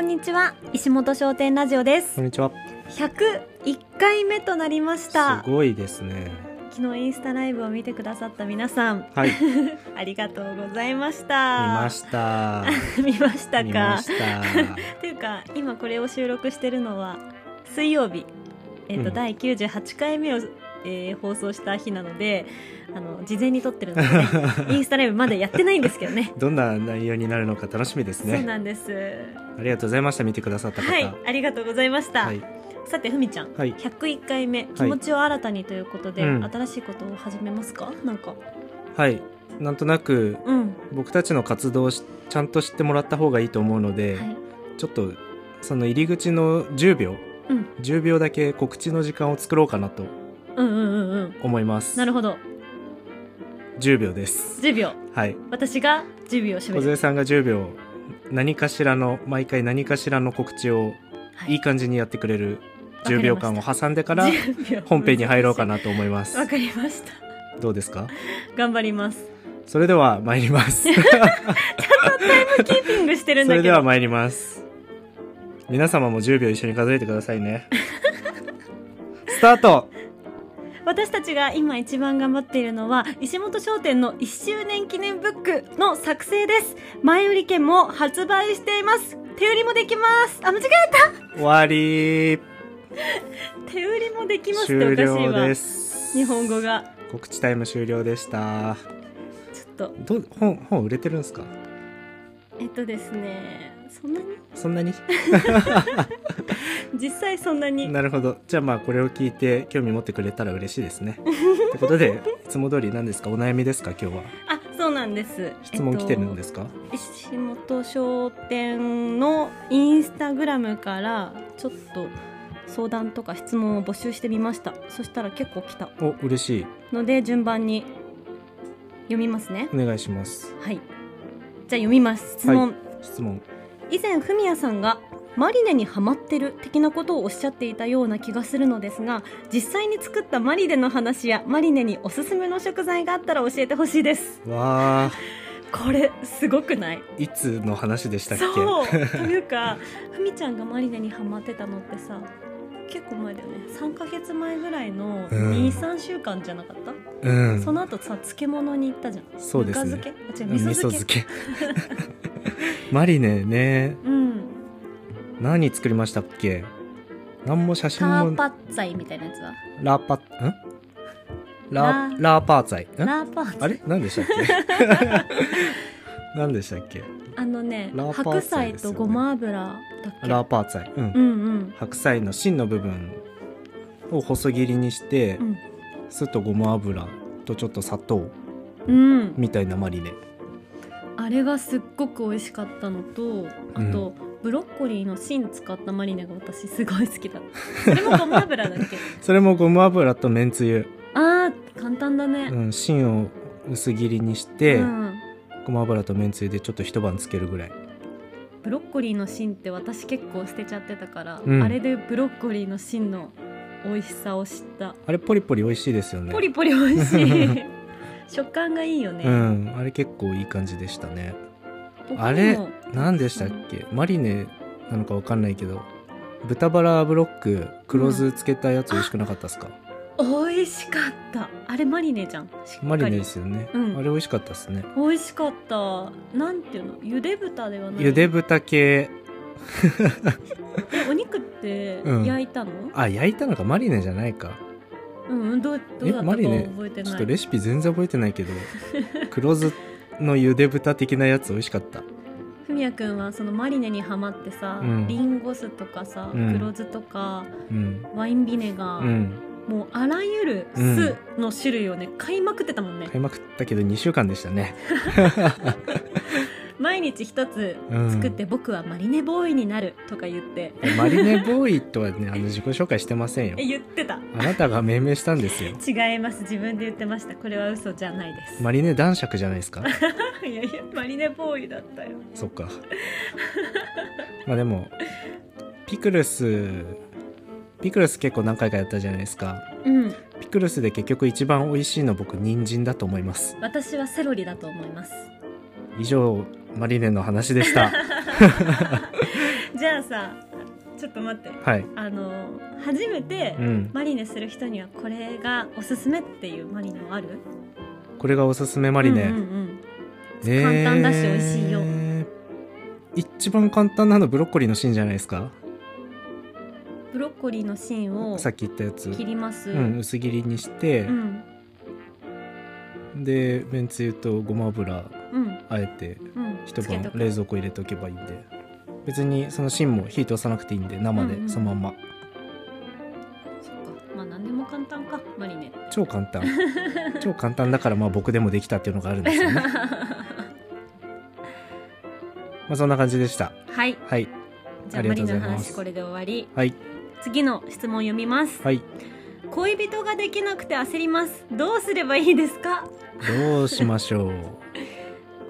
んにちは石本商店ラジオですこんにちは。 101回目となりましたすごいですね。昨日インスタライブを見てくださった皆さん はい。見ありがとうございましたました。た 見ました見かました。というか今これを収録してるのは水曜日、えっとうん第98回目を、えー放送した日なのであの事前に撮ってるの で、ね、インスタライブまだやってないんですけどねどんな内容になるのか楽しみですそうね。なんですありがとうございました。見てくださった方。はいありがとうございました、はい。さてふみちゃん、はい101回目気持ちを新たにということで、うん新しいことを始めますかなんかはい。なんとなくうん僕たちの活動をしちゃんと知ってもらった方がいいと思うので、はいちょっとその入り口の10秒、うん10秒だけ告知の時間を作ろうかなとうんうんうんうん思います。なるほど10秒です。 10秒はい。私が10秒締小める、杉さんが10秒何かしらの毎回何かしらの告知をはいい感じにやってくれる10秒間を挟んでから10秒本編に入ろうかなと思いますわかりましたどうですか頑張りますそれでは参りま すキーピングしてるんそだれけでどは参ります皆様も10秒一緒に数えてくださいねスタート私たちが今一番頑張っているのは石本商店の1周年記念ブックの作成です前売り券も発売しています手売りもできますあ間違え終わりた手売りもできますってお終かしい了わです日本語が告知タイム終了でしたちょっとど本本売れてるんですかえっとですねそんなにそんなに実際そんなになるほどじゃあまあこれを聞いて興味持ってくれたら嬉しいですね ってことでいつも通り何ですかお悩みですか今日はあそうなんです、質問来てるんですすか、えっと石本商店のインスタグラムからちょっと相談とか質問を募集してみましたそしたら結構来たお嬉しいので順番に読みますねお願いしますはいじゃあ読みます質問、質問以前フミヤさんがマリネにハマってる的なことをおっしゃっていたような気がするのですが実際に作ったマリネの話やマリネにおすすめの食材があったら教えてほしいですわあ これすごくないいつの話でしたっけそうというかふみちゃんがマリネにハマってたのってさ結構前だよね3ヶ月前ぐらいのうん23週間じゃなかった、うんその後さ漬物に行ったじゃんそうですぬねか漬けあ違う味味噌噌漬け漬け マリネねうん何作りましたっけ何も写タ真ーもパッツァイみたいなやつはラーパんララーラーパーツァイんラーパッツァイあれ何でしたっけ 何でしたっけあのねラーパ白ーツァイ菜ですよとねごま油だっけラーパーツァイううんんうん白菜の芯の部分を細切りにして、うん酢とごま油とちょっと砂糖うん、みたいなマリネあれがすっごく美味しかったのとあと、ブロッコリーの芯使ったマリネが私すごい好きだそれもごま油だっ けそれもごま油とめんつゆ、あー簡単だね、うん、芯を薄切りにして、うん、ごま油とめんつゆでちょっと一晩漬けるぐらいブロッコリーの芯って私結構捨てちゃってたから、うんあれでブロッコリーの芯の美味しさを知ったあれポリポリ美味しいですよねポリポリ美味し い食感がいいよね、うんあれ結構いい感じでしたね他にもあれ何でしたっけマリネなのかわかんないけど豚バラブロック黒酢漬けたやつ美味しくなかったですか、美味しかったあれマリネじゃんしっかりマリネですよね、うんあれ美味しかったですね美味しかったなんていうの茹で豚ではないゆで豚系えお肉ってうん焼いたの、あ焼いたのかマリネじゃないかうん、うん、どうどうだったかマリネ覚えてちょっなとい、レシピ全然覚えてないけど 黒酢のゆで豚的なやつ美味しかったふみやくんはそのマリネにハマってさ、うんリンゴ酢とかさ、うん黒酢とかうんワインビネガうー、んもうあらゆる酢の種類をね買いまくってたもんね、買いまくったけど2週間でしたね毎日一つうん作って僕はマリネボーイになるとか言って、マリネボーイとはねあの自己紹介してませんよえ言ってたあなたが命名したんですよ違います自分で言ってましたこれは嘘じゃないです、マリネ男爵じゃないですか いやいやマリネボーイだったよそっかまあでもピクルスピクルス結構何回かやったじゃないですかうんピクルスで結局一番美味しいの僕人参だと思います私はセロリだと思います 以上マリネの話でしたじゃあさちょっと待ってはいあの初めてうんマリネする人にはこれがおすすめっていうマリネはあるこれがおすすめマリネ、うんうんうんえー簡単だし美味しいよ一番簡単なのブロッコリーの芯じゃないですかブロッコリーの芯をさっき言ったやつ切ります、うん、薄切りにしてう、んでめんつゆとごま油うんあえてうん一つけ晩とく冷蔵庫入れておけばいいんで別にその芯も火通さなくていいんで生うんうでんそのまんま、そっかまあ何でも簡単かマリネ 超簡単 超簡単だからまあ僕でもできたっていうのがあるんです よね、まあ、そんな感じでしたはいはいじゃあありマがリとうネございのます話これで終わりはい次の質問読みますはい恋人ができなくて焦りますどうすればいいですかどうしましょう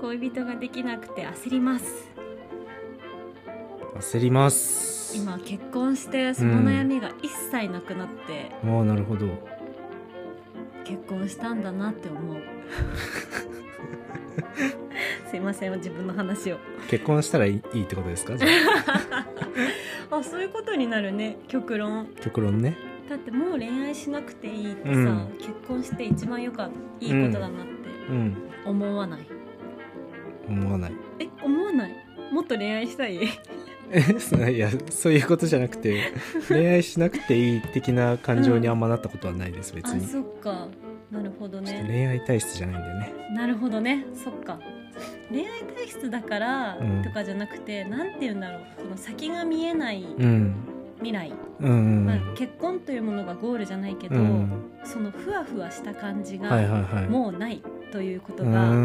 恋人ができなくて焦ります焦ります今結婚してその悩みが一切なくなって、ああなるほど結婚したんだなって思 うすいません自分の話を結婚したらいいいいってことで すかじゃあそういうことになるね極論あ極論ねだってもう恋愛しなくていいってさ、うん結婚して一番よかいいことだなってうん思わない、思わない え思わないもっと恋愛したいえそういやそういうことじゃなくて恋愛しなくていい的な感情にあんまなったことはないです別あに、ちそょっかなるほどっとね恋愛体質じゃないんだよねなるほどねそっか恋愛体質だからうんとかじゃなくて、なんて言うんだろうこの先が見えないうん未来、うんうん、まあ、結婚というものがゴールじゃないけど、うんそのふわふわした感じはいはいがはいもうないということうが、だってー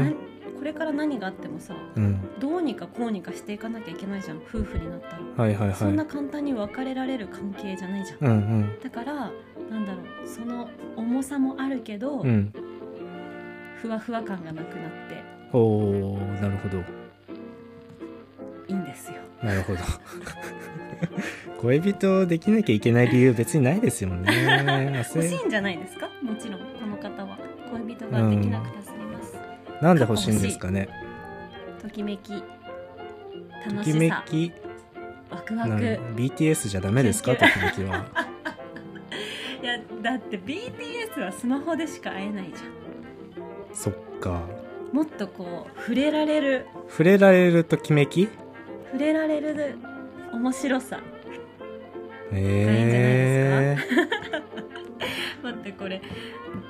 なんこれから何があってもさうんどうにかこうにかしていかなきゃいけないじゃん夫婦になったら、はいはいはいそんな簡単に別れられる関係じゃないじゃん、うんだからなんだろうその重さもあるけど、うんうんふわふわ感がなくなっておーなるほどいいんですよなるほど 恋人できなきゃいけない理由別にないですよね 焦欲しいんじゃないですかもちろんこの方は恋人ができなくて焦ります、なんで欲しいんですかねときめきと楽きしめさきワクワなクん BTS じゃダメですかとき研めきはい やだって BTS はスマホでしか会えないじゃそっかんもっとこう触れられる触れられるときめき触れられる面白さええ待ってこれ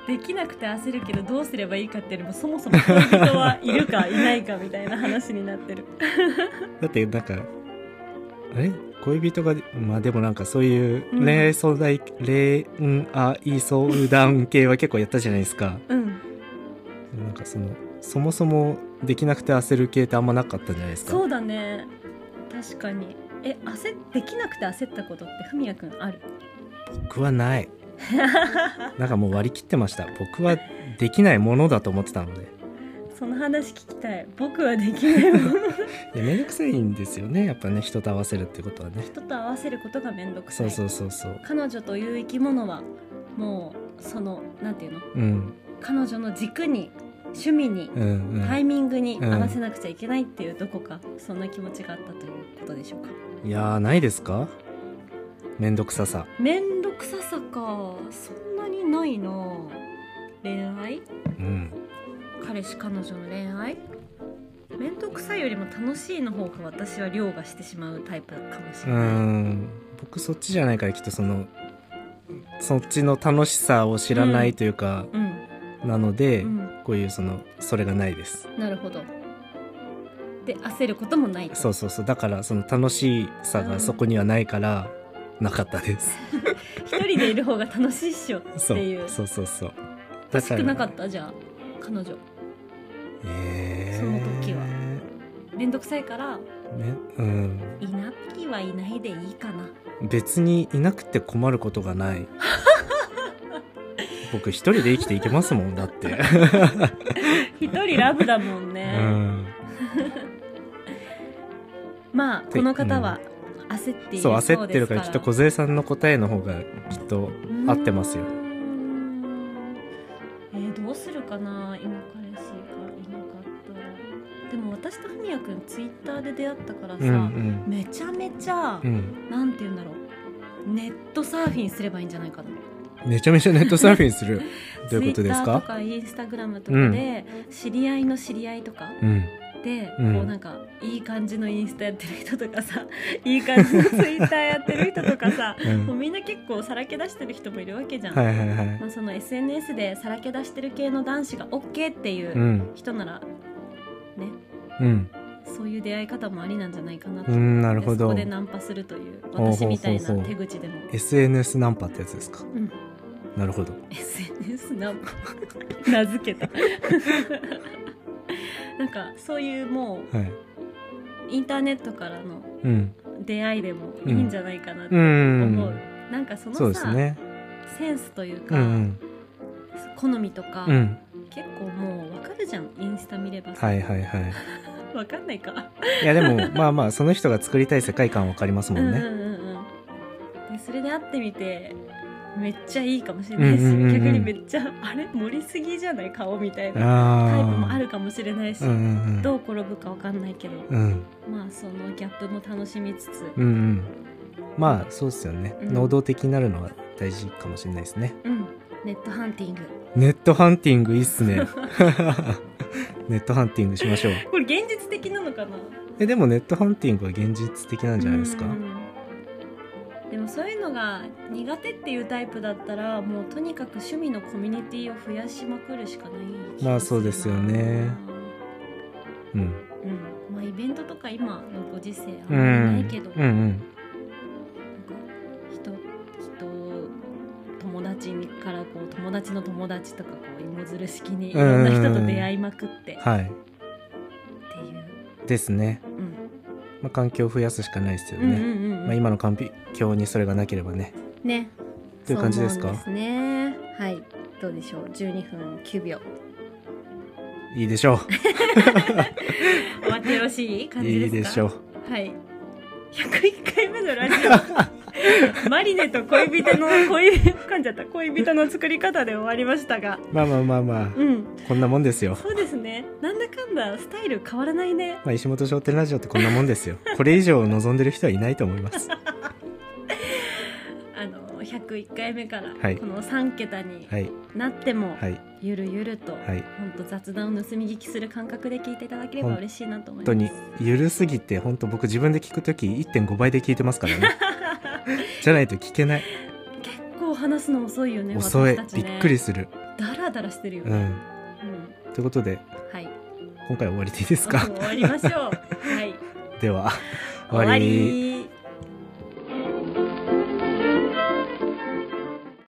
できなくて焦るけどどうすればいいかっていうよりもそもそも恋人はいるかいないかみたいな話になってるだってなんかあれ恋人がまあでもなんかそういううん恋愛相談、恋愛相談系は結構やったじゃないですかうんなんかそのそもそもできなくて焦る系ってあんまなかったんじゃないですかそうだね確かにえ焦っできなくて焦ったことってふみやくんある僕 はないなんかもう割り切ってました僕はできないものだと思ってたのでその話聞きたい僕はできないものいやめんどくさいんですよねやっぱね人と合わせるってことはね人と合わせることがめんどくさそいうそうそうそう彼女という生き物はもうそのなんていうのうん彼女の軸に趣味にうんうん、タイミングにうん合わせなくちゃいけないっていうどこかそんな気持ちがあったということでしょうかいやーないですかめんどくささめんどくささかそんなにないな恋愛うん彼氏彼女の恋愛めんどくさいよりも楽しいの方が私は凌駕してしまうタイプかもしうれないん僕そっちじゃないからきっとそのそっちの楽しさを知らないというか、うん、なので、うんこういうそのそれがないですなるほどで焦ることもないとそうそうそうだからその楽しさがそこにはないから、なかったです一人でいる方が楽しいっしょってそういうそうそうそう欲しくなかったじゃあ彼女えー、その時はめんどくさいからめうんいなきはいないでいいかな別にいなくて困ること がない僕一人で生きていけますもん だって一人ラブだもんうね、んまあこの方は焦っているそそううですから、焦ってるからきっと梢さんの答えの方がきっと合ってますようーんえーどうするかな今彼氏がいなかったらでも私とフミヤくんツイッターで出会ったからさ、うんうんめちゃめちゃ、うんなんて言うんだろうネットサーフィンすればいいんじゃないかなめちゃめちゃネットサーフィン するどういうことで Twitter すとかかインスタグラムとかで、知り合いの知り合いとかうんで、うんこうなんかいい感じのインスタやってる人とかさ いい感じのツイッターやってる人とかさうもうんみんな結構さらけ出してる人もいるわけじゃん、はいはいはいまあ、その SNS でさらけ出してる系の男子が OK っていううん人なら、ねうんそういう出会い方もありなんじゃないかなと、うんなるほそどこでナンパするというほうほうほう私みたいな手口でも SNS ナンパってやつですかうんなるほど SNS ナンパ 名付けたなんかそういうもはいうインターネットからのうん出会いでもいいんじゃないかなってう思う、んなんかそのそさうですねセンスというか、うんうん好みとか、うん結構もうわかるじゃんインスタ見ればさ、はいはいはいわかんないか、いやでもまあまあその人が作りたい世界観わかりますうんもうんんうねんでそれで会ってみてめっちゃいいかもしれないし、うんうんうんうん逆にめっちゃあれ盛りすぎじゃない顔みたいなああタイプもあるかもしれないし、うんうんうんどう転ぶかわかんないけど、うんまあそのギャップも楽しみつつ、うんうんまあそうですよね、うん能動的になるのは大事かもしれないですねうん、ネットハンティングネットハンティングいいっ すねネットハンティングしましょうこれ現実的なのかなえでもネットハンティングは現実的なんじゃないですかうんでもそういうのが苦手っていうタイプだったらもうとにかく趣味のコミュニティを増やしまくるしかない気がるなまあそうですよねうんうんまあイベントとか今のご時世あんうまりんないけど、うんうなんかん人人を友達にからこう友達の友達とかこう芋づる式にいろんな人と出会いまくってってはいいう、ですね、うんまあ、環境を増やすしかないですようんね、うんうんうんまあ、今の環境にそれがなければねねという感じですそかう思うんですねはいどうでしょう12分9秒いいでしょ終わってよろし い感うじですいかいでしょうはい101回目のラジ オマリネと恋人の恋人噛んじゃった恋人の作り方で終わりましたがまあまあまあまあうんこんなもんですよそうですねなんだかんだスタイル変わらないねまあ、石本商店ラジオってこんなもんですよ。これ以上望んでる人はいないと思い ます。あの101回目からはいこの3桁にはい、なってもはい、ゆるゆるとはい。本当雑談を盗み聞きする感覚で聞いていただければ嬉しいなと思本い当まにす、ゆるすぎて、本当僕自分で聞くとき1.5倍で聞いてますか らね。じゃないと聞けない。結構話すの遅いよね遅い私た。ちびねっくりする。ダラダラしてるようね、うん。んということで、はい今回は終わりでいいですか終わりましょうはいでは、終わり